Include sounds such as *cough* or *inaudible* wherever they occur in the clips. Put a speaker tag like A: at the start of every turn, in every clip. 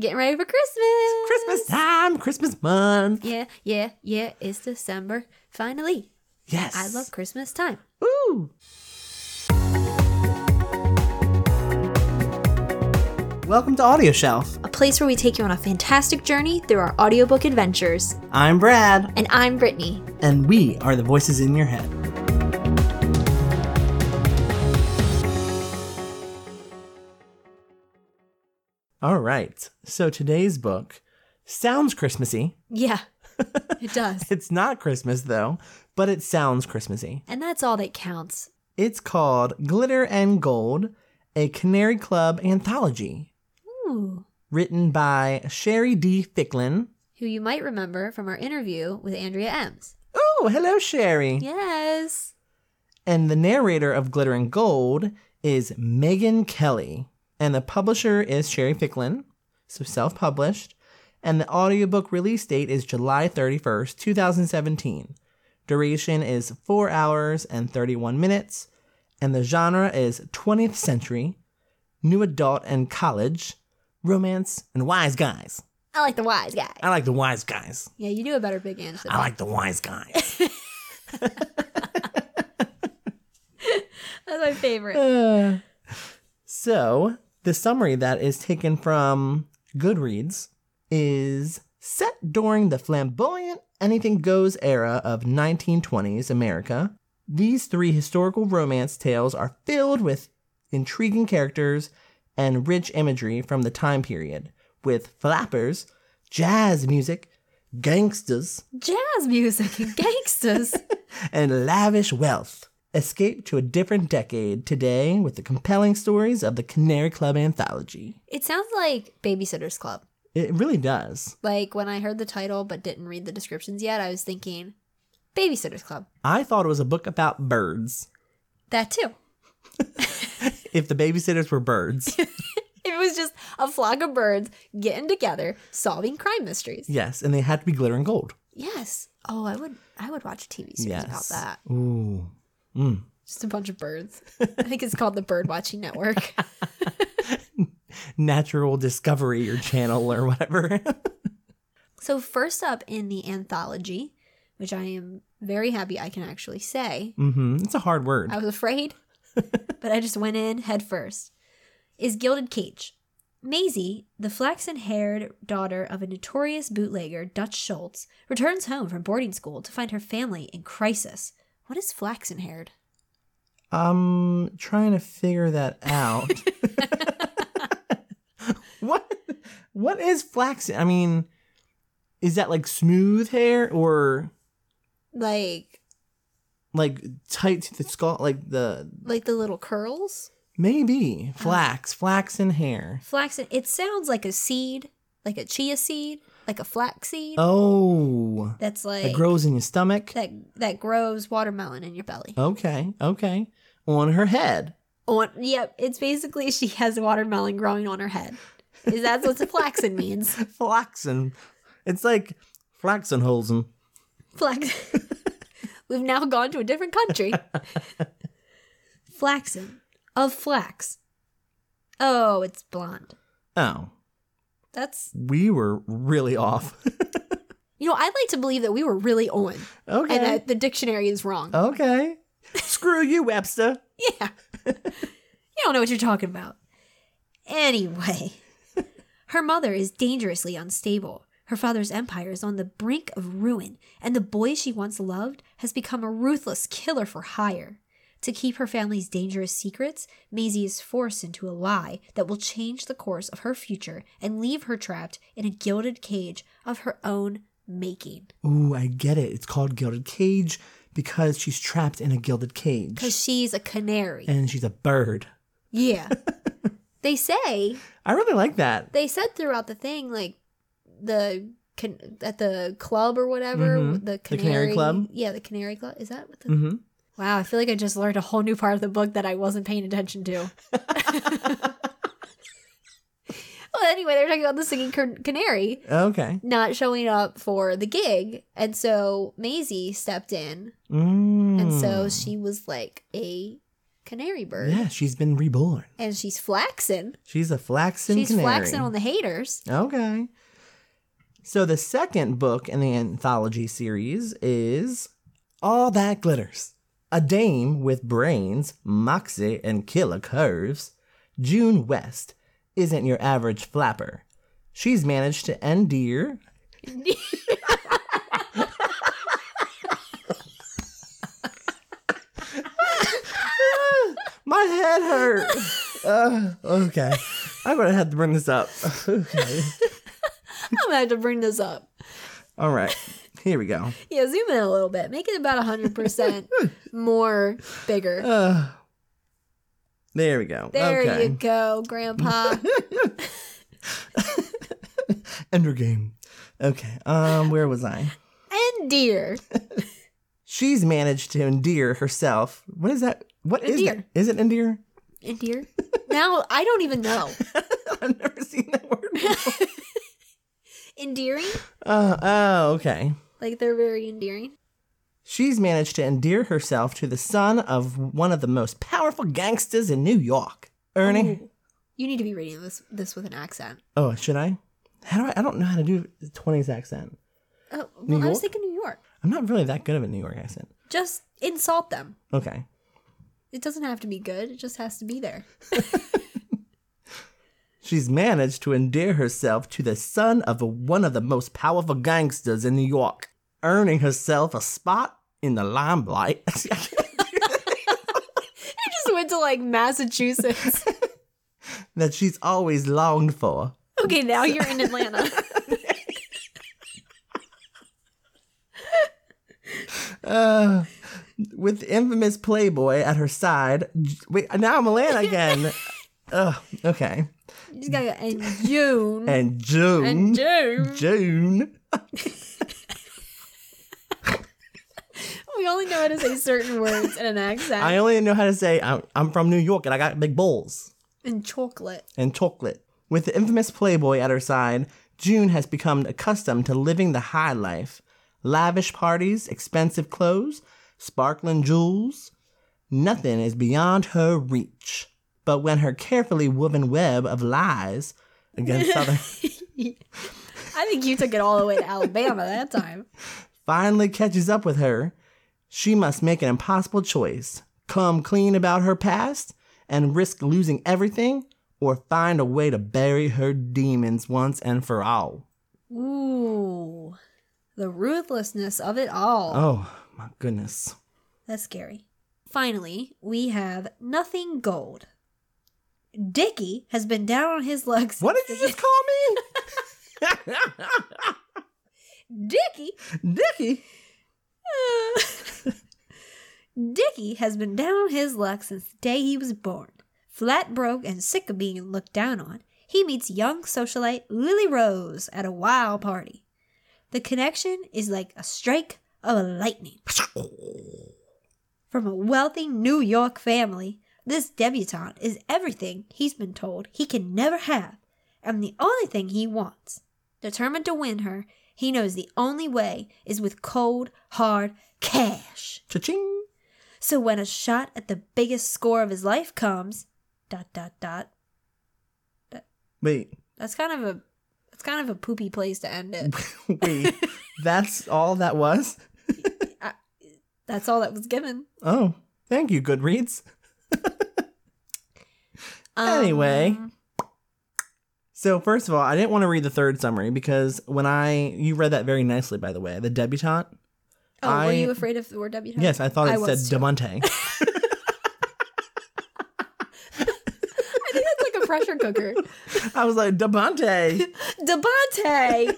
A: Getting ready for Christmas.
B: Christmas time, Christmas month.
A: Yeah, yeah, yeah. It's December. Finally.
B: Yes.
A: I love Christmas time.
B: Ooh. Welcome to Audio Shelf.
A: A place where we take you on a fantastic journey through our audiobook adventures.
B: I'm Brad,
A: And I'm Brittany.
B: and we are the voices in your head. All right. So today's book sounds Christmassy.
A: Yeah, *laughs* it does.
B: It's not Christmas though, but it sounds Christmassy.
A: And that's all that counts.
B: It's called Glitter and Gold, a Canary Club anthology,
A: Ooh.
B: written by Sherry D. Thicklin.
A: Who you might remember from our interview with Andrea Ems.
B: Oh, hello, Sherry.
A: Yes.
B: And the narrator of Glitter and Gold is Megan Kelly. And the publisher is Sherry Thicklin, so self published. And the audiobook release date is July 31st, 2017. Duration is 4 hours and 31 minutes. And the genre is 20th century, new adult and college, romance, and wise guys.
A: I like the wise guy.
B: I like the wise guys.
A: Yeah, you do a better Big Ange. than
B: I
A: me.
B: like the wise guys.
A: That's my
B: *laughs*
A: favorite.
B: Uh, so the summary that is taken from Goodreads is set during the flamboyant anything goes era of 1920s America. These three historical romance tales are filled with intriguing characters and rich imagery from the time period, with flappers, jazz music, gangsters,
A: Jazz music *laughs* and gangsters.
B: and lavish wealth. Escape to a different decade today with the compelling stories of the Canary Club anthology.
A: it sounds like Babysitter's Club.
B: It really does.
A: Like when I heard the title but didn't read the descriptions yet, I was thinking Babysitter's Club.
B: I thought it was a book about birds.
A: That too. *laughs*
B: If the babysitters
A: *laughs*
B: were birds.
A: It was just a flock of birds getting together, solving crime mysteries.
B: yes, and they had to be glitter and gold.
A: Yes. Oh, I would I would watch a TV series
B: Yes.
A: about that.
B: Ooh.
A: Just a bunch of birds. I think it's called the Bird Watching Network. *laughs*
B: Natural Discovery or Channel or whatever. *laughs*
A: So first up in the anthology, which I am very happy I can actually say,
B: hmm It's a hard word.
A: I was *laughs* afraid, but I just went in head first. Is Gilded Cage. Maisie, the flaxen haired daughter of a notorious bootlegger, Dutch Schultz, returns home from boarding school to find her family in crisis. What is flaxen haired?
B: I'm trying to figure that out. *laughs* what what is flaxen? I mean, is that like smooth hair or
A: Like,
B: like tight to the skull like the
A: like the little curls?
B: maybe flax, flaxen hair.
A: Flaxen, it sounds like a seed, like a chia seed, like a flax seed.
B: Oh.
A: that's like,
B: It grows in your stomach.
A: that, that grows watermelon in your belly.
B: Okay, okay. On her head. *laughs*
A: on yep it's basically she has watermelon growing on her head is that what the flaxen means
B: Flaxen. It's like flaxen holzen.
A: flax *laughs* we've now gone to a different country flaxen of flax oh it's blonde
B: Oh.
A: that's
B: We were really off. *laughs*
A: you know i'd like to believe that we were really on
B: okay.
A: and that the dictionary is wrong
B: Okay. Screw you, Webster.
A: Yeah. you don't know what you're talking about. Anyway, her mother is dangerously unstable. Her father's empire is on the brink of ruin, and the boy she once loved has become a ruthless killer for hire. To keep her family's dangerous secrets, Maisie is forced into a lie that will change the course of her future and leave her trapped in a gilded cage of her own making.
B: Ooh, I get it. It's called Gilded Cage because she's trapped in a gilded cage.
A: Because she's a canary.
B: And she's a bird.
A: Yeah. they say
B: I really like that.
A: they said throughout the thing like the can, at the club or whatever
B: Mhm.
A: the
B: Canary
A: canary,
B: Club?
A: yeah the canary club is that what the *laughs*
B: hmm
A: wow i feel like i just learned a whole new part of the book that i wasn't paying attention to *laughs* well anyway they're talking about the singing can- canary
B: Okay.
A: not showing up for the gig and so maisie stepped in
B: Mm.
A: and so she was like a canary bird.
B: Yeah, she's been reborn.
A: And she's flaxing.
B: She's a flaxen
A: she's
B: canary.
A: flaxing on the
B: *laughs*
A: haters.
B: Okay. So the second book in the anthology series is All That Glitters. A Dame with Brains, Moxie, and Killer Curves, June West isn't your average flapper. She's managed to endear. My head hurt. Uh, okay. I'm going to have to bring this up. *laughs* Okay.
A: I'm gonna have to bring this up.
B: All right. Here we go.
A: Yeah, zoom in a little bit. Make it about hundred
B: *laughs*
A: percent more bigger.
B: Uh, there we go.
A: There
B: okay.
A: you go,
B: *laughs*
A: Grandpa.
B: Ender game. Okay. Um, where was I?
A: and deer.
B: She's managed to endear herself. What is that? What is
A: Endear.
B: that? Is it endear? *laughs*
A: And deer. Now I don't even know. *laughs*
B: I've never seen that word. before.
A: Endearing?
B: uh, oh, okay.
A: Like they're very endearing.
B: She's managed to endear herself to the son of one of the most powerful gangsters in New York, Ernie.
A: Ooh. You need to be reading this this with an accent.
B: Oh, should I? How do I? I don't know how to do a 20s accent.
A: Oh,
B: New
A: well, I was
B: York?
A: thinking New York.
B: I'm not really that good of a New York accent.
A: Just insult them.
B: Okay.
A: It doesn't have to be good. It just has to be there.
B: She's managed to endear herself to the son of one of the most powerful gangsters in New York, earning herself a spot in the limelight. *laughs*
A: I just went to like
B: *laughs*
A: Massachusetts.
B: that she's always longed for.
A: Okay, now you're in Atlanta.
B: Uh, with the infamous Playboy at her side. J- Wait, now I'm Atlanta
A: *laughs*
B: again. Ugh, okay.
A: You just gotta go, and June.
B: And June.
A: And June.
B: June.
A: We only know how to say certain words in an accent.
B: I only know how to say I'm, I'm from New York and I got big bowls.
A: and chocolate.
B: and chocolate. With the infamous Playboy at her side, June has become accustomed to living the high life lavish parties, expensive clothes, sparkling jewels. Nothing is beyond her reach. But when her carefully woven web of lies against Southern
A: I think you took it all the way to Alabama that time.
B: finally catches up with her, she must make an impossible choice come clean about her past and risk losing everything, or find a way to bury her demons once and for all.
A: Ooh. The ruthlessness of it all.
B: Oh my goodness.
A: That's scary. Finally, we have Nothing Gold. Dickie has been down on his luck.
B: What did you just call
A: Dickie? Uh,
B: me? Dickie.
A: *laughs* Dickie has been down on his luck since the day he was born. Flat broke and sick of being looked down on, he meets young socialite Lily Rose at a wild party. The connection is like a strike of a lightning. From a wealthy New York family, this debutante is everything he's been told he can never have, and the only thing he wants. Determined to win her, he knows the only way is with cold, hard cash.
B: *laughs* Cha-ching.
A: So when a shot at the biggest score of his life comes, dot dot dot.
B: Wait, *laughs*
A: That's kind of a that's kind of a poopy place to end it.
B: wait. That's all that was?
A: That's all that was given.
B: Oh, thank you, Goodreads. Anyway.
A: Um,
B: So first of all, I didn't want to read the third summary because when I you read that very nicely, by the way, the debutante.
A: Oh,
B: I-
A: were you afraid of the word debutante?
B: Yes, I thought it
A: I was
B: said
A: too. *laughs*
B: Demonte.
A: I think that's like a pressure cooker.
B: I was like Demonte.
A: *laughs* Devontae!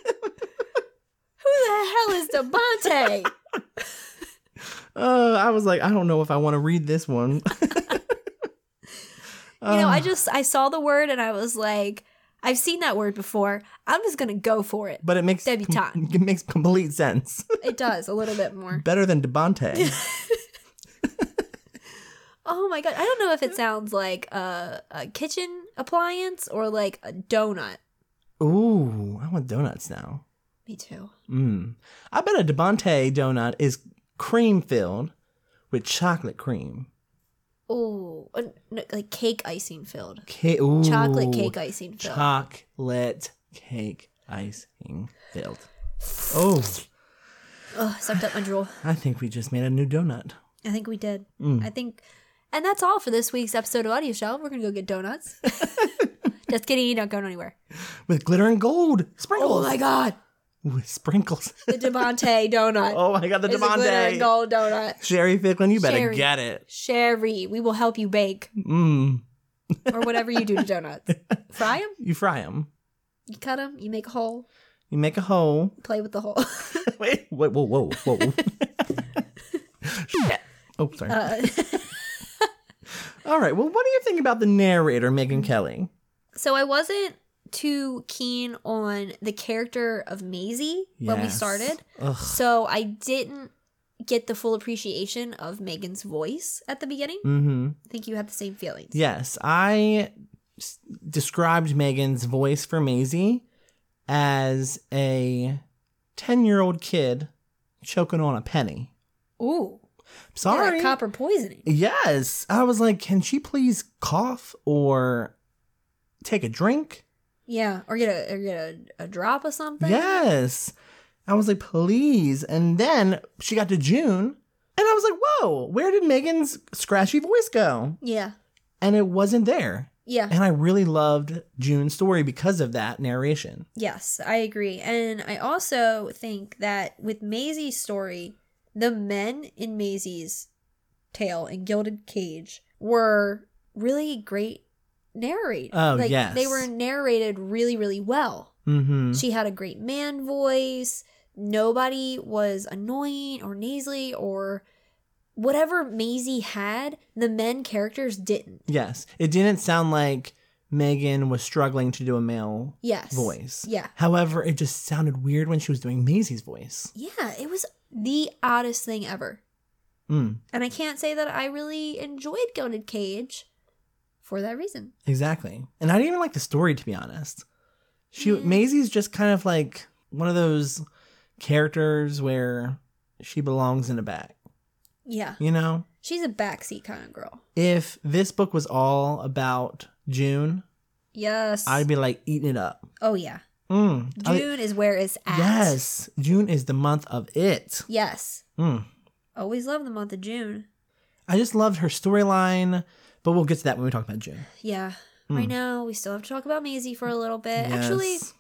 A: Who the hell is Devontae?
B: Uh, I was like, I don't know if I want to read this one.
A: *laughs*
B: Um,
A: You know, I just I saw the word and I was like, I've seen that word before. I'm just gonna go for *laughs* it.
B: but it makes com-
A: Debutante.
B: *laughs* it makes complete sense.
A: It does a little bit more.
B: Better than Demonte.
A: *laughs* Oh my god! I don't know if it sounds like a, a kitchen appliance or like a donut.
B: Ooh, I want donuts now.
A: Me too.
B: Mm. I bet a Debonte donut is cream filled with chocolate cream.
A: Oh, like cake icing filled.
B: Ca- ooh,
A: Chocolate cake icing filled.
B: Chocolate cake icing filled. Oh,
A: Ugh, sucked up my drool.
B: I think we just made a new donut.
A: I think we did.
B: Mm.
A: I think, and that's all for this week's episode of Audio Shell. We're gonna go get
B: *laughs*
A: donuts. Just kidding, you don't go anywhere.
B: with glitter and gold sprinkles.
A: Oh god, *laughs*
B: With sprinkles.
A: the Demonte donut.
B: oh my god, the
A: is a glitter and
B: Demonte.
A: gold donut.
B: Sherry Ficklin, you better
A: Sherry.
B: get it.
A: Sherry, we will help you bake
B: Mm.
A: or whatever you do to
B: *laughs*
A: donuts. Fry them,
B: You fry them.
A: you cut them, you make a hole,
B: You make a hole.
A: play with the hole.
B: *laughs* Wait, whoa, whoa, whoa, *laughs* whoa. Shit. Oh, sorry.
A: Uh, *laughs*
B: All right. Well, what do you think about the narrator, Megan Kelly?
A: so I wasn't too keen on the character of Maisie when we
B: Yes.
A: started.
B: Ugh.
A: So I didn't get the full appreciation of Megan's voice at the beginning.
B: Mm-hmm.
A: I think you had the same feelings.
B: Yes, I s- described Megan's voice for Maisie as a ten-year-old kid choking on a penny.
A: Ooh. yeah,
B: Sorry.
A: copper poisoning.
B: Yes. I was like, can she please cough or take a drink?
A: Yeah. Or get a or get a, a drop of something.
B: Yes. I was like, please. And then she got to June, and I was like, whoa, where did Megan's scratchy voice go?
A: Yeah.
B: And it wasn't there.
A: Yeah.
B: And I really loved June's story because of that narration.
A: Yes, I agree. And I also think that with Maisie's story, the men in Maisie's tale and Gilded Cage were really great narrators.
B: Oh,
A: like,
B: yes.
A: They were narrated really, really well.
B: Mm-hmm.
A: She had a great man voice. Nobody was annoying or nasally or whatever Maisie had, the men characters didn't.
B: Yes. It didn't sound like Megan was struggling to do a male
A: Yes.
B: voice.
A: Yeah.
B: However, it just sounded weird when she was doing Maisie's voice.
A: Yeah, it was the oddest thing ever.
B: Mm,
A: And I can't say that I really enjoyed Gilded Cage for that reason.
B: exactly. And I didn't even like the story, to be honest. She
A: Mm.
B: Maisie's just kind of like one of those characters where she belongs in a bag.
A: Yeah.
B: You know,
A: She's a backseat kind of girl.
B: if this book was all about June,
A: Yes.
B: I'd be like eating it up.
A: oh, yeah.
B: Mm. I-
A: June is where it's at.
B: yes, June is the month of it.
A: Yes.
B: Mm.
A: Always love the month of June.
B: I just loved her storyline, but we'll get to that when we talk about June.
A: Yeah.
B: Hmm.
A: Right now, we still have to talk about Maisie for a little bit. Uh, Actually,
B: Yes.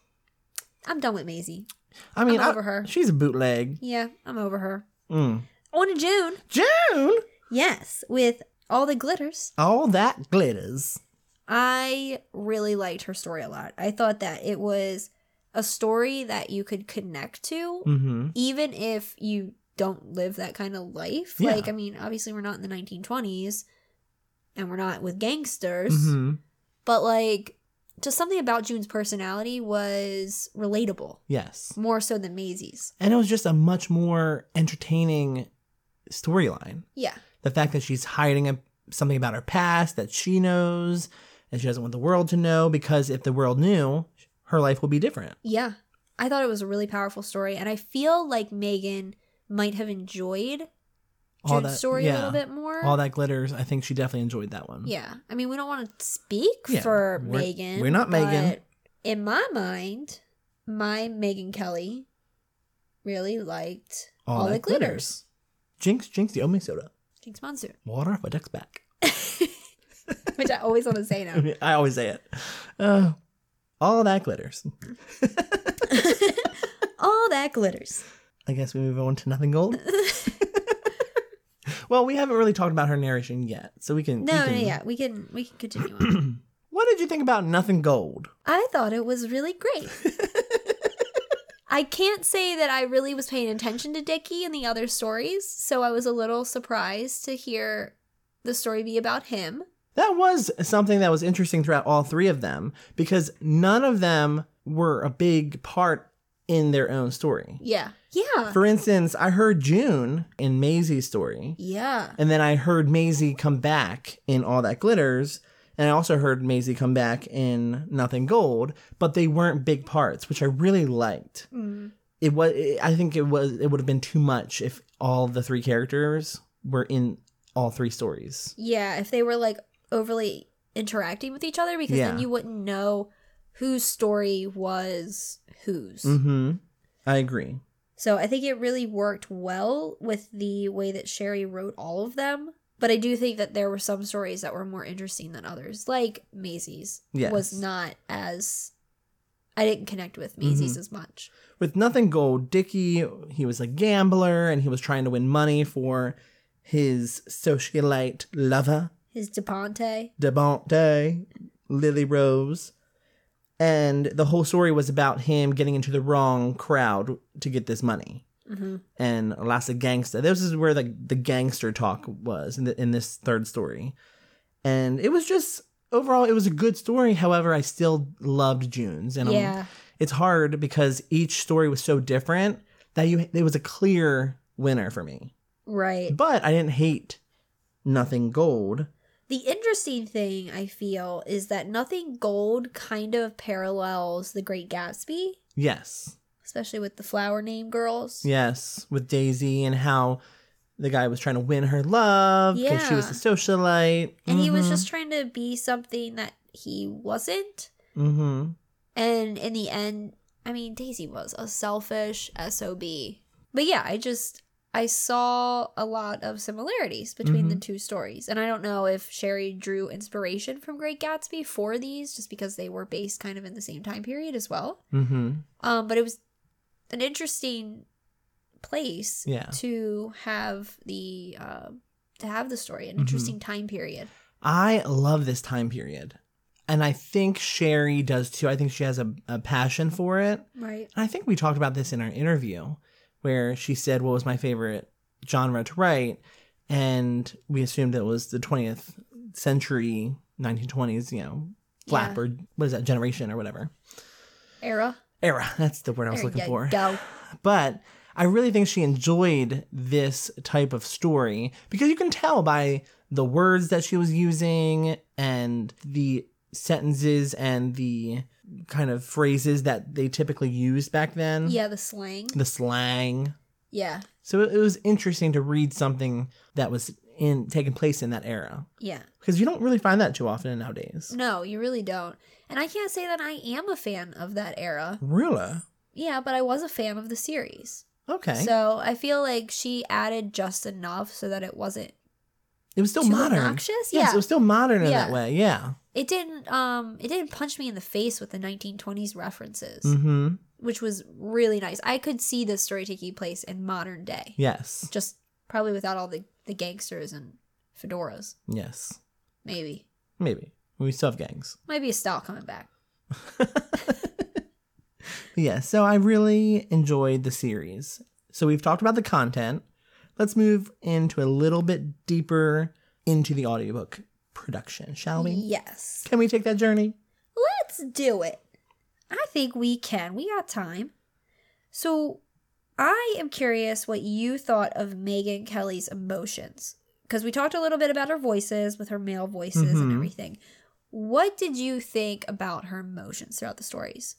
A: I'm done with Maisie.
B: I mean,
A: I'm
B: I-
A: over her.
B: she's a bootleg.
A: Yeah, I'm over her.
B: Mm.
A: On to June.
B: June,
A: Yes, with all the glitters.
B: all that glitters.
A: I really liked her story a lot. I thought that it was a story that you could connect to,
B: Mm-hmm.
A: even if you don't live that kind of life.
B: Yeah.
A: Like, I mean, obviously, we're not in the 1920s and we're not with gangsters,
B: hmm
A: but like, just something about June's personality was relatable
B: Yes,
A: more so than Maisie's.
B: and it was just a much more entertaining storyline.
A: Yeah.
B: The fact that she's hiding a, something about her past that she knows, and she doesn't want the world to know because if the world knew, her life will be different.
A: Yeah. I thought it was a really powerful story. And I feel like Megan might have enjoyed
B: All
A: June's
B: that-
A: story
B: yeah.
A: a little bit more.
B: All that glitters. I think she definitely enjoyed that one.
A: Yeah. I mean, we don't want to speak
B: Yeah,
A: for
B: we're-
A: Megan.
B: we're not Megan.
A: but In my mind, my Megan Kelly really liked All, the Glitters.
B: Jinx, Jinx, the me soda.
A: Jinx Monsoon, *laughs*
B: Water off a duck's back.
A: which I always want to say
B: *laughs*
A: now. *laughs*
B: I always say it. Uh, all that glitters.
A: All that glitters. *laughs*
B: I guess we move on to nothing gold. well, we haven't really talked about her narration yet, so we can.
A: No,
B: we
A: no,
B: can-
A: yeah, we can we can continue on.
B: *clears throat* What did you think about nothing gold?
A: I thought it was really great. I can't say that I really was paying attention to Dickie and the other stories, so I was a little surprised to hear the story be about him.
B: That was something that was interesting throughout all three of them because none of them were a big part in their own story.
A: Yeah. Yeah.
B: For instance, I heard June in Maisie's story.
A: yeah.
B: And then I heard Maisie come back in All That Glitters. And I also heard Maisie come back in Nothing Gold, but they weren't big parts, which I really liked.
A: Mm.
B: It was, I think it was, it would have been too much if all the three characters were in all three stories.
A: Yeah, if they were like overly interacting with each other, because
B: Yeah.
A: then you wouldn't know whose story was whose.
B: Mm-hmm. I agree.
A: So I think it really worked well with the way that Sherry wrote all of them. But I do think that there were some stories that were more interesting than others, like Maisie's
B: Yes.
A: was not as. I didn't connect with Maisie's
B: Mm-hmm.
A: as much.
B: With Nothing Gold, Dicky, he was a gambler and he was trying to win money for his socialite lover,
A: His DePonte.
B: Devante, Lily Rose. And the whole story was about him getting into the wrong crowd to get this money.
A: hmm
B: and Lassa Gangsta. This is where the the gangster talk was in, the, in this third story, and it was just overall it was a good story. However, I still loved June's, and um,
A: Yeah.
B: it's hard because each story was so different that you it was a clear winner for me.
A: Right.
B: But I didn't hate Nothing Gold.
A: The interesting thing I feel is that Nothing Gold kind of parallels The Great Gatsby,
B: Yes,
A: especially with the flower name girls.
B: yes, with Daisy and how the guy was trying to win her love because she was a socialite, Mm-hmm.
A: And he was just trying to be something that he wasn't.
B: hmm
A: And in the end, I mean, Daisy was a selfish SOB. But yeah, I just, I saw a lot of similarities between
B: Mm-hmm.
A: the two stories. And I don't know if Sherry drew inspiration from Great Gatsby for these, just because they were based kind of in the same time period as well.
B: hmm
A: Um, but it was an interesting place
B: Yeah.
A: to have the um to have the story, an
B: Mhm.
A: interesting time period.
B: I love this time period. And I think Sherry does too. I think she has a, a passion for it.
A: Right.
B: And I think we talked about this in our interview where she said, What was my favorite genre to write? And we assumed it was the 20th century, 1920s, you know, flap
A: Yeah.
B: or what is that, generation or whatever.
A: Era.
B: Era. *laughs* That's the word I was
A: There
B: looking
A: you
B: for.
A: Go.
B: But I really think she enjoyed this type of story because you can tell by the words that she was using and the sentences and the kind of phrases that they typically used back then.
A: Yeah, the slang.
B: The slang.
A: Yeah.
B: So it it was interesting to read something that was in taking place in that era
A: Yeah.
B: because you don't really find that too often nowadays.
A: No, you really don't. And I can't say that I am a fan of that era.
B: Really?
A: Yeah, but I was a fan of the series.
B: Okay.
A: So I feel like she added just enough so that it wasn't
B: it was still
A: too
B: modern.
A: obnoxious.
B: Yes,
A: yeah.
B: it was still modern in that
A: Yeah.
B: way. Yeah.
A: it didn't um it didn't punch me in the face with the 1920s references.
B: Mm-hmm.
A: which was really nice. I could see this story taking place in modern day,
B: Yes.
A: just probably without all the, the gangsters and fedoras.
B: Yes.
A: Maybe
B: Maybe. We still have gangs. *laughs*
A: might be a style coming back.
B: Yeah, so I really enjoyed the series. So we've talked about the content. Let's move into a little bit deeper into the audiobook production, shall we?
A: Yes,
B: Can we take that journey?
A: let's do it. I think we can. We got time. So I am curious what you thought of Megan Kelly's emotions because we talked a little bit about her voices with her male voices and
B: Mhm.
A: everything. What did you think about her emotions throughout the stories?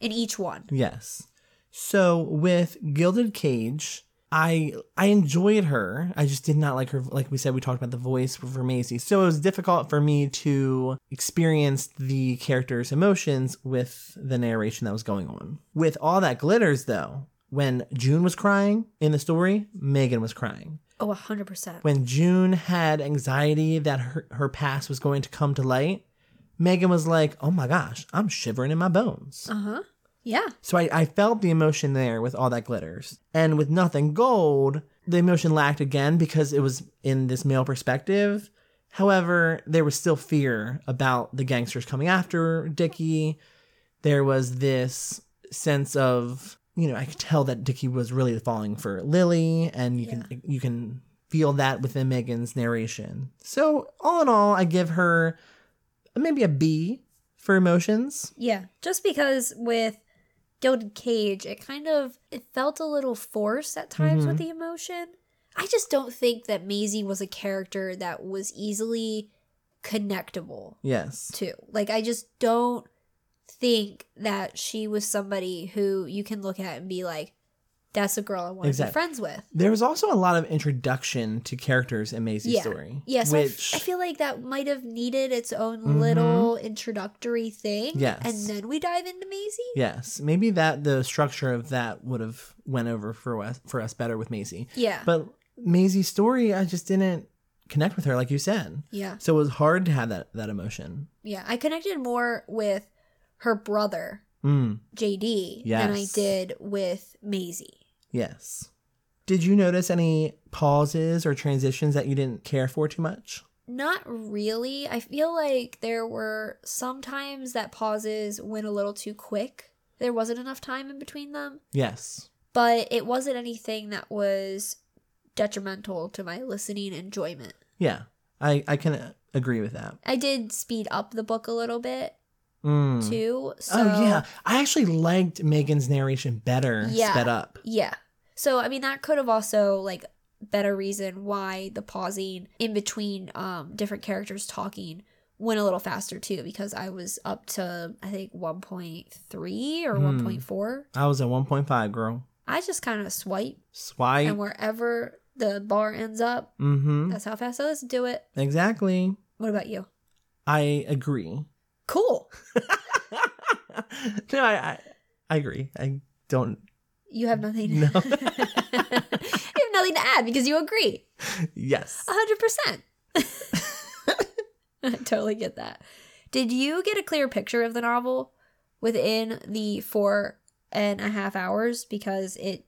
A: In each one.
B: Yes. So with Gilded Cage, I I enjoyed her. I just did not like her. Like we said, we talked about the voice for Maisie. So it was difficult for me to experience the character's emotions with the narration that was going on. With all that glitters, though, when June was crying in the story, Megan was crying.
A: Oh, 100%.
B: When June had anxiety that her, her past was going to come to light, Megan was like, "Oh my gosh, I'm shivering in my bones."
A: Uh huh. Yeah.
B: So I, I felt the emotion there with all that glitters. And with nothing gold, the emotion lacked again because it was in this male perspective. However, there was still fear about the gangsters coming after Dickie. There was this sense of, you know, I could tell that Dickie was really falling for Lily, and you can you can feel that within Megan's narration. So all in all, I give her maybe a B for emotions.
A: Yeah. Just because with Gilded Cage, it kind of it felt a little forced at times with
B: Mm-hmm.
A: the emotion. I just don't think that Maisie was a character that was easily connectable
B: Yes.
A: to. Like I just don't think that she was somebody who you can look at and be like, that's the girl I want to be
B: Exact-
A: friends with.
B: There was also a lot of introduction to characters in Maisie's
A: yeah.
B: story.
A: Yeah, so I f-
B: which Mm-hmm.
A: I feel like that might have needed its own little introductory thing.
B: Yes.
A: And then we dive into Maisie.
B: yes, maybe that the structure of that would have went over for us for us better with Maisie.
A: Yeah.
B: But Maisie's story, I just didn't connect with her, like you said.
A: yeah.
B: So it was hard to have that that emotion.
A: Yeah. I connected more with her brother,
B: Mm,
A: JD, than I
B: Yes.
A: did with Maisie.
B: yes. Did you notice any pauses or transitions that you didn't care for too much?
A: Not really. I feel like there were sometimes that pauses went a little too quick. There wasn't enough time in between them,
B: Yes.
A: but it wasn't anything that was detrimental to my listening enjoyment.
B: Yeah. I I can uh, agree with that.
A: I did speed up the book a little bit
B: Mm.
A: too. So
B: oh yeah, I actually liked Megan's narration better
A: Yeah.
B: sped up.
A: Yeah. So I mean that could have also like better reason why the pausing in between um different characters talking went a little faster too because I was up to I think 1.3 or
B: Hmm.
A: 1.4.
B: I was a 1.5 girl.
A: I just kind of swipe
B: Swipe.
A: and wherever the bar ends up,
B: Mm-hmm.
A: that's how fast I listen to it.
B: Exactly.
A: What about you?
B: I agree. *laughs*
A: Cool.
B: no, I, I I agree. I don't.
A: You have nothing.
B: *laughs* No.
A: *laughs* you have nothing to add because you agree.
B: Yes.
A: A hundred percent. *laughs* I totally get that. Did you get a clear picture of the novel within the four and a half hours? Because it,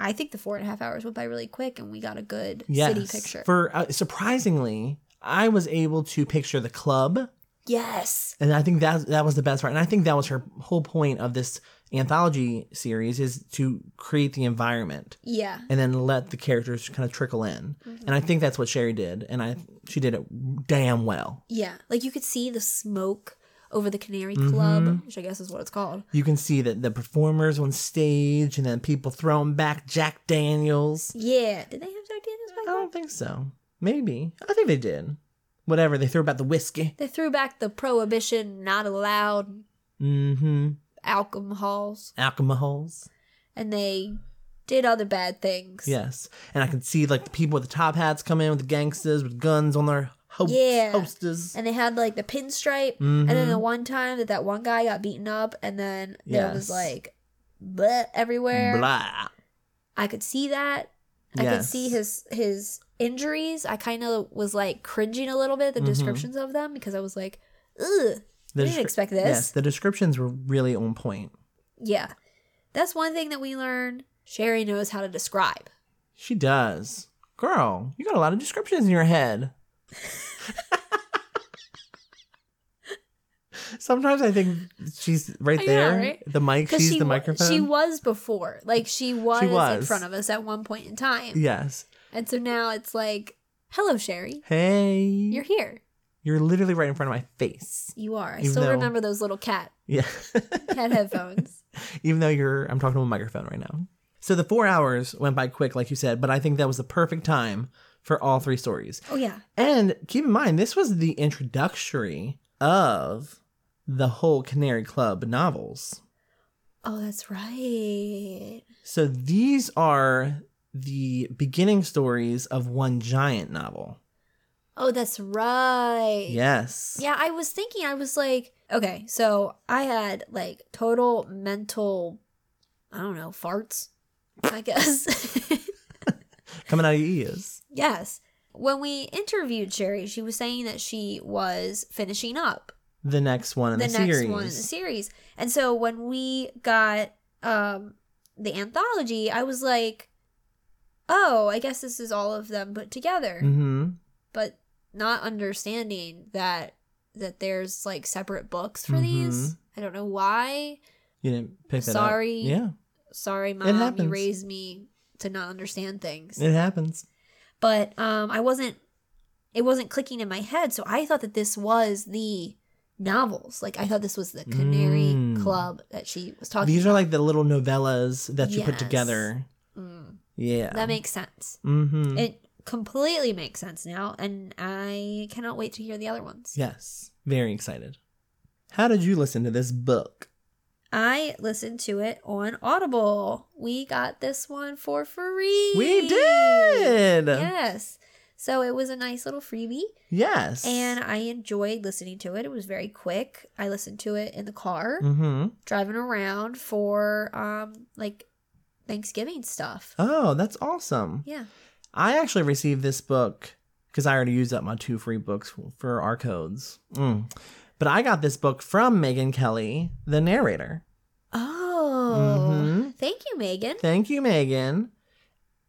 A: I think the four and a half hours went by really quick, and we got a good
B: Yes.
A: city picture.
B: For uh, surprisingly, I was able to picture the club,
A: yes,
B: and I think that that was the best part. And I think that was her whole point of this anthology series is to create the environment
A: yeah,
B: and then let the characters kind of trickle in. And
A: Mm-hmm.
B: I think that's what Sherry did, and I she did it damn well.
A: yeah. Like you could see the smoke over the Canary
B: Mm-hmm.
A: Club, which I guess is what it's called.
B: You can see that the performers on stage, and then people throwing back Jack Daniels.
A: Yeah. Did they have Jack Daniels back
B: I
A: then?
B: don't think so. Maybe. I think they did. Whatever. They threw about the whiskey.
A: They threw back the prohibition, not allowed
B: Mm-hmm.
A: alcohols.
B: Alcohols.
A: and they did other bad things.
B: Yes. And I can see like the people with the top hats come in with the gangsters with guns on their ho-
A: Yeah.
B: hosters.
A: And they had like the pinstripe,
B: Mhm.
A: and then the one time that that one guy got beaten up, and then there was
B: Yes.
A: like bleh everywhere.
B: Blah.
A: I could see that. I could
B: Yes.
A: see his his injuries. I kind of was like cringing a little bit at the
B: Mhm.
A: descriptions of them because I was like, ugh, I
B: The
A: didn't
B: descri-
A: expect
B: Yes.
A: this.
B: The descriptions were really on point.
A: Yeah, that's one thing that we learned. Sherry knows how to describe.
B: She does. Girl, you got a lot of descriptions in your head. *laughs* Sometimes I think she's right
A: I know,
B: there.
A: Oh, right?
B: The mic, she's
A: she
B: the
A: wa-
B: microphone.
A: She was before, like she was, in
B: was.
A: front of us at one point in time.
B: yes.
A: And so now it's like, hello, Sherry.
B: Hey.
A: You're here.
B: You're literally right in front of my face.
A: You are. I
B: Even
A: still
B: though-
A: remember those little cat
B: Yeah. *laughs*
A: cat *laughs* headphones.
B: Even though you're, I'm talking to a microphone right now. So the four hours went by quick, like you said, but I think that was the perfect time for all three stories.
A: Oh yeah.
B: And keep in mind, this was the introductory of the whole Canary Club novels.
A: Oh, that's right.
B: So these are the beginning stories of one giant novel.
A: Oh, that's right.
B: Yes.
A: Yeah, I was thinking. I was like, okay, so I had like total mental, I don't know, farts. I guess. *laughs*
B: Coming out of E your ears.
A: yes. When we interviewed Sherry, she was saying that she was finishing up
B: The next one in the,
A: the, next
B: series.
A: one in the series. And so when we got um the anthology, I was like, "Oh, I guess this is all of them put together."
B: Mm-hmm.
A: But not understanding that that there's like separate books for
B: Mm-hmm.
A: these. I don't know why.
B: You didn't pick that up.
A: Sorry.
B: Yeah.
A: Sorry, mom, you
B: happens.
A: raised me to not understand things.
B: It happens.
A: but um I wasn't it wasn't clicking in my head, so I thought that this was the novels. Like I thought this was the Canary
B: Mm.
A: Club that she was talking
B: These are like the little novellas that you put
A: Yes.
B: together.
A: Mm,
B: Yeah.
A: That makes sense.
B: mm-hmm.
A: It completely makes sense now, and I cannot wait to hear the other ones.
B: yes. Very excited. How did you listen to this book?
A: I listened to it on Audible. We got this one for free.
B: We did.
A: Yes. So it was a nice little freebie,
B: Yes.
A: and I enjoyed listening to it. It was very quick. I listened to it in the car,
B: Mm-hmm.
A: driving around for um like Thanksgiving stuff.
B: Oh, that's awesome.
A: Yeah.
B: I actually received this book because I already used up my two free books f- for our codes. Mm. But I got this book from Megan Kelly, the narrator.
A: Oh.
B: Mhm.
A: Thank you, Megan.
B: Thank you, Megan.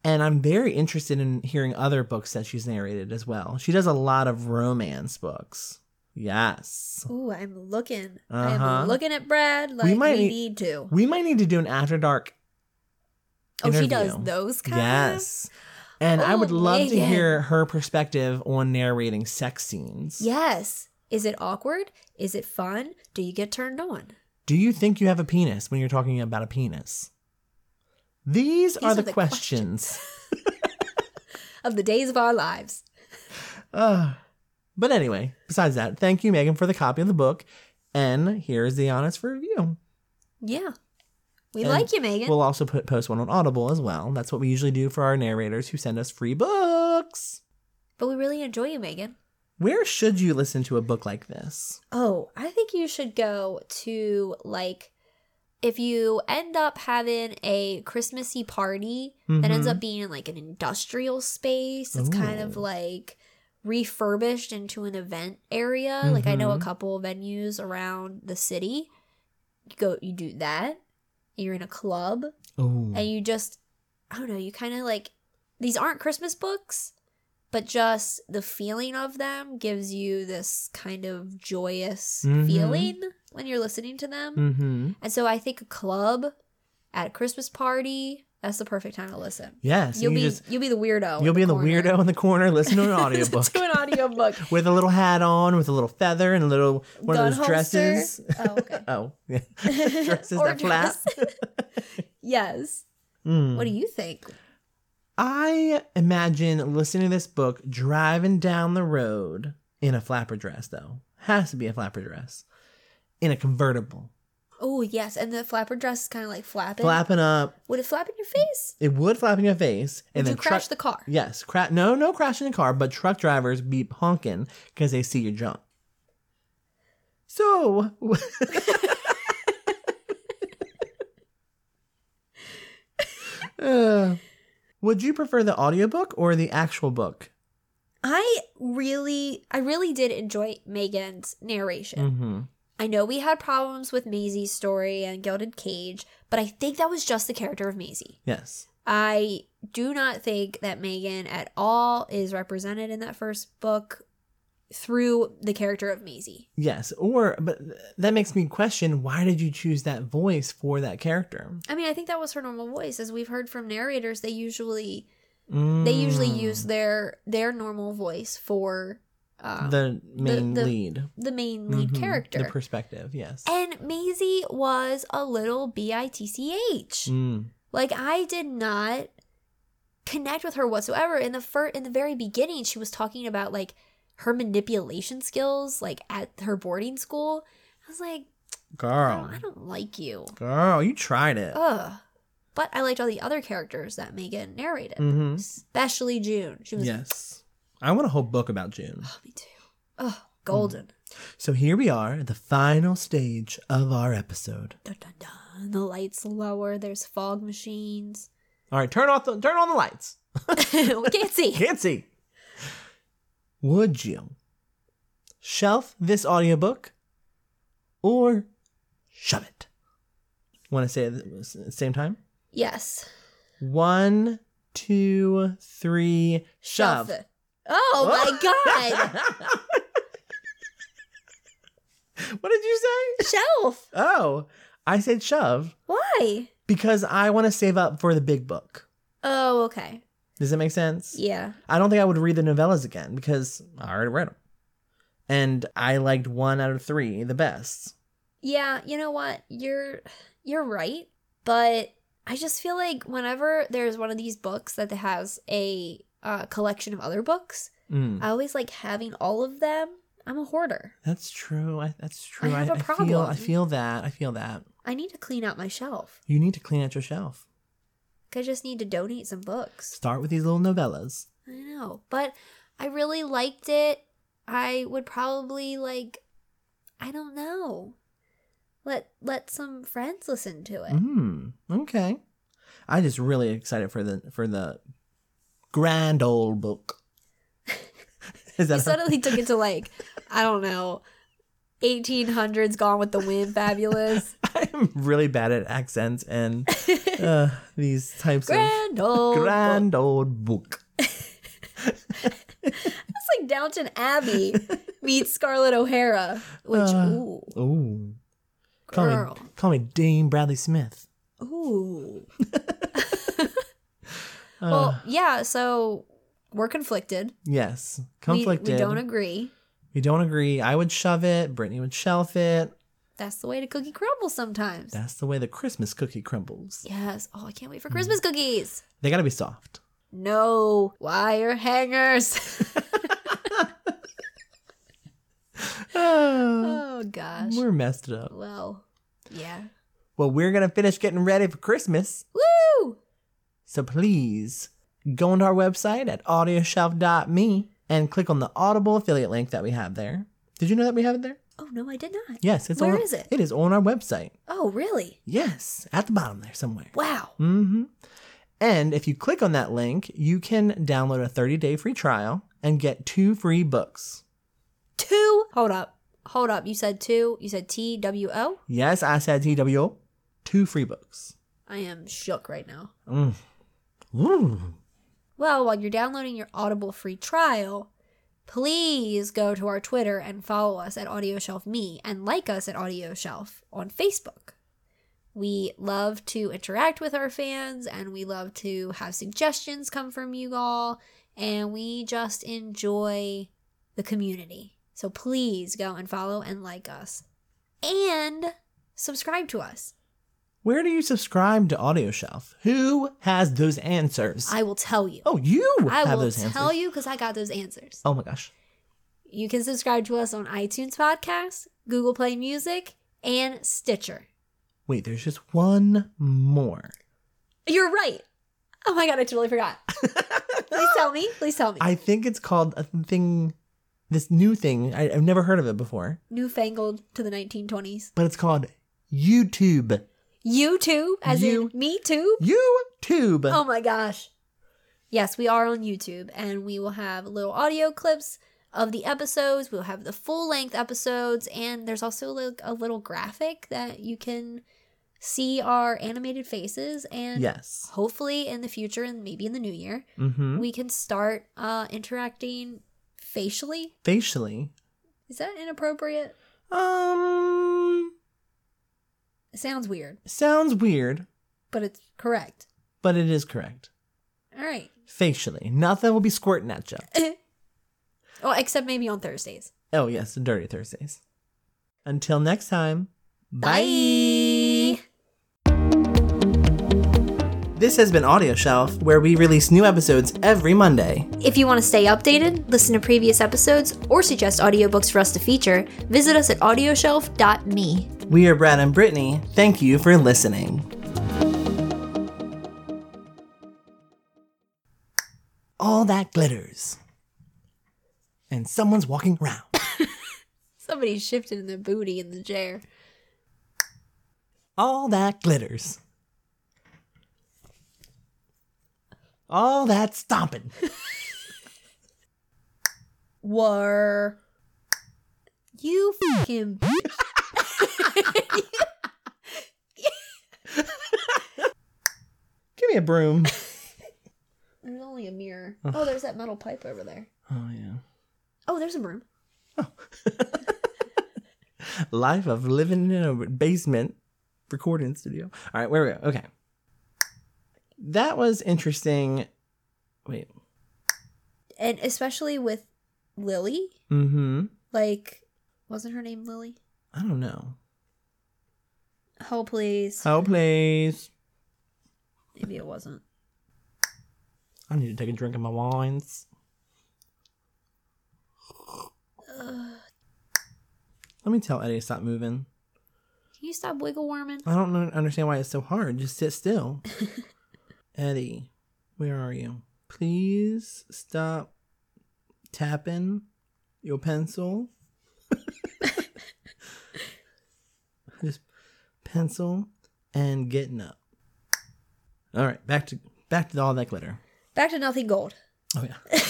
B: And I'm very interested in hearing other books that she's narrated as well. She does a lot of romance books. Yes.
A: Ooh, I'm looking.
B: Uh-huh.
A: I'm looking at Brad like we,
B: might need-
A: need to.
B: We might need to do an After Dark.
A: Oh, she does
B: interview.
A: those kinds.
B: Yes. And I
A: Oh,
B: would love to
A: Megan.
B: hear her perspective on narrating sex scenes.
A: Yes. Is it awkward? Is it fun? Do you get turned on?
B: Do you think you have a penis when you're talking about a penis? These, are, the, questions.
A: Of the days of our lives.
B: *laughs* Ugh. but anyway, besides that, thank you, Megan, for the copy of the book. And here's the honest review.
A: Yeah. We
B: And
A: like you, Megan.
B: We'll also put post one on Audible as well. That's what we usually do for our narrators who send us free books.
A: but we really enjoy you, Megan.
B: Where should you listen to a book like this?
A: Oh, I think you should go to like if you end up having a Christmassy party that ends
B: Mhm.
A: up being in like an industrial space. It's kind of
B: Ooh.
A: like refurbished into an event area. Like I know a
B: Mhm.
A: couple venues around the city. You go you do that. You're in a club
B: Oh,
A: and you just I don't know, you kind of like these aren't Christmas books, but just the feeling of them gives you this kind of joyous
B: Mhm.
A: feeling when you're listening to them.
B: Mm-hmm.
A: And so I think a club at a Christmas party, that's the perfect time to listen.
B: Yes.
A: you'll
B: you
A: be
B: just
A: you'll be the weirdo.
B: you'll be in the
A: corner.
B: weirdo in the corner
A: *laughs*
B: listening to an
A: Listen
B: audiobook.
A: to an audiobook.
B: with a little hat on, with a little feather and a little *laughs* one
A: Gun
B: of those
A: holster.
B: *laughs* dresses.
A: Oh, okay.
B: oh, yeah. dresses
A: Or
B: that flap.
A: yes.
B: Mm.
A: What do you think?
B: I imagine listening to this book driving down the road in a flapper dress, though. Has to be a flapper dress. In a convertible.
A: Oh yes, and the flapper dress is kind of like flapping.
B: Flapping up.
A: Would it flap in your face?
B: It would flap in your face.
A: Would
B: and
A: you
B: then
A: crash
B: truck-
A: the car?
B: Yes. Cra- no, no crashing the car, but truck drivers be honking because they see your junk. So, *laughs* Uh, would you prefer the audiobook or the actual book?
A: I really, I really did enjoy Megan's narration.
B: Mm-hmm.
A: I know we had problems with Maisie's story and Gilded Cage, but I think that was just the character of Maisie.
B: Yes.
A: I do not think that Megan at all is represented in that first book through the character of Maisie.
B: Yes. Or, but that makes me question why did you choose that voice for that character?
A: I mean, I think that was her normal voice. As we've heard from narrators, they usually they usually
B: Mm.
A: use their their normal voice for um, the,
B: the main
A: the
B: lead.
A: main lead
B: Mhm.
A: character.
B: The perspective, yes.
A: And Maisie was a little B I T C H.
B: Mm.
A: Like I did not connect with her whatsoever. In the fir- in the very beginning, she was talking about like her manipulation skills, like at her boarding school. I was like,
B: Girl.
A: "Girl, I don't like you.
B: Girl, you tried it.
A: Ugh. But I liked all the other characters that Megan narrated,
B: Mhm.
A: especially June. She was
B: Yes. I want a whole book about June.
A: oh, me too. Ugh, golden.
B: So here we are at the final stage of our episode.
A: Dun, dun, dun. The lights lower. There's fog machines. *laughs*
B: All right, turn off the turn on the lights.
A: we can't see.
B: Can't see. Would you shelf this audiobook or shove it? Want to say it at the same time?
A: Yes.
B: One, two, three, shove.
A: Shelf. Oh my *laughs*
B: *laughs*
A: god!
B: what did you say?
A: Shelf.
B: Oh, I said shove
A: Why?
B: because I want to save up for the big book.
A: Oh, okay.
B: Does that make sense?
A: Yeah.
B: I don't think I would read the novellas again because I already read them. And I liked one out of three the best.
A: Yeah, you know what? You're you're right, but I just feel like whenever there's one of these books that has a uh, collection of other books,
B: Mm.
A: I always like having all of them. I'm a hoarder.
B: That's true. I, that's true.
A: I have a
B: Feel, I
A: problem.
B: feel that. I feel that.
A: I need to clean out my shelf.
B: You need to clean out your shelf.
A: I just need to donate some books.
B: Start with these little novellas.
A: I know, but I really liked it. I would probably like, I don't know, let let some friends listen to it.
B: Hmm. Okay. I just really excited for the for the grand
A: *laughs*
B: old book. Is
A: You
B: that how-
A: suddenly took it to like, I don't know, 1800s Gone with the Wind, fabulous,
B: I'm really bad at accents and uh, these types
A: grand old.
B: of
A: book.
B: *laughs* grand old book.
A: It's like Downton Abbey meets Scarlett O'Hara, which
B: Uh,
A: ooh,
B: Ooh. Call me,
A: girl,
B: call me Dame Bradley Smith.
A: ooh.
B: Uh,
A: Well, yeah, so we're conflicted.
B: yes.
A: We-
B: Conflicted.
A: We, don't agree.
B: We don't agree. I would shove it. Brittany would shelf it.
A: That's the way to cookie crumble sometimes.
B: That's the way the Christmas cookie crumbles.
A: yes. Oh, I can't
B: Mm.
A: wait for Christmas cookies.
B: They gotta be soft.
A: No wire hangers. *laughs*
B: Um, *sighs* Oh,
A: oh gosh.
B: we're messed up.
A: Well, yeah.
B: Well, we're gonna finish getting ready for Christmas.
A: Woo!
B: So please go into our website at audioshelf.me and click on the Audible affiliate link that we have there. Did you know that we have it there?
A: Oh no, I did not.
B: Yes, it's
A: Where
B: on
A: is it?
B: It is on our website.
A: Oh really?
B: Yes, at the bottom there somewhere.
A: Wow.
B: Mm-hmm. And if you click on that link, you can download a 30-day free trial and get two free books.
A: Two. Hold up. Hold up. You said two. You said T W O.
B: Yes, I said TWO. Two free books.
A: I am shook right now.
B: Mm. Ooh.
A: Well, while you're downloading your Audible free trial, please go to our Twitter and follow us at AudioshelfMe and like us at AudioShelf on Facebook. We love to interact with our fans and we love to have suggestions come from you all, and we just enjoy the community. So please go and follow and like us and subscribe to us.
B: Where do you subscribe to AudioShelf? Who has those answers?
A: I will tell you.
B: oh, you
A: I
B: have
A: will
B: those answers.
A: tell you because I got those answers.
B: Oh my gosh.
A: You can subscribe to us on iTunes Podcast, Google Play Music, and Stitcher.
B: Wait, there's just one
A: *laughs*
B: more.
A: You're right. Oh my god, I totally forgot. Please tell me. Please tell me.
B: I think it's called a thing, this new thing. I, I've never heard of it before,
A: Newfangled to the 1920s.
B: but it's called YouTube.
A: YouTube, as
B: You-
A: in me too.
B: YouTube.
A: Oh my gosh. Yes, we are on YouTube, and we will have little audio clips of the episodes. We'll have the full length episodes, and there's also like a little graphic that you can see our animated faces and
B: Yes.
A: hopefully in the future and maybe in the new year
B: Mm-hmm.
A: we can start uh interacting facially
B: Facially.
A: is that inappropriate
B: Um,
A: it sounds weird
B: sounds weird,
A: but it's correct
B: but it is correct.
A: all right
B: Facially. Nothing will be squirting at you.
A: oh except maybe on thursdays
B: Oh, yes, Dirty Thursdays. Until next time,
A: bye.
B: This has been Audio Shelf, where we release new episodes every Monday.
A: If you want to stay updated, listen to previous episodes, or suggest audiobooks for us to feature, visit us at audioshelf.me.
B: We are Brad and Brittany. Thank you for listening. All that glitters. And someone's walking around.
A: Somebody shifted in their booty in the chair.
B: All that glitters. All that stomping.
A: War. You fucking.
B: Give me a broom.
A: There's only a mirror. Oh, there's that metal pipe over there.
B: *laughs* Oh, yeah.
A: Oh, there's a broom.
B: Life of living in a basement recording studio. All right, where we go. Okay. That was interesting. Wait.
A: And especially with Lily.
B: Mm hmm.
A: Like, wasn't her name Lily?
B: I don't know.
A: Oh, please.
B: Oh, please.
A: Maybe it wasn't.
B: I need to take a drink of my wines. Let me tell Eddie to stop moving.
A: Can you stop wiggle worming?
B: I don't know- understand why it's so hard. Just sit *laughs* still. Eddie, where are you? Please stop tapping your *laughs* pencil. Just pencil and getting up. All right, back to back to all that glitter.
A: Back to nothing gold.
B: Oh yeah,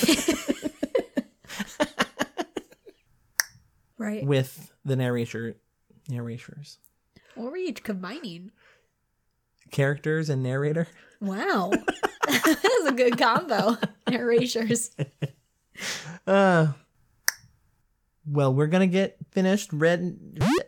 A: Right.
B: with the narrator, narrators,
A: What were you combining?
B: characters, and narrator.
A: Wow. *laughs* That's a good combo. Erasures.
B: Uh, well, we're gonna get finished read.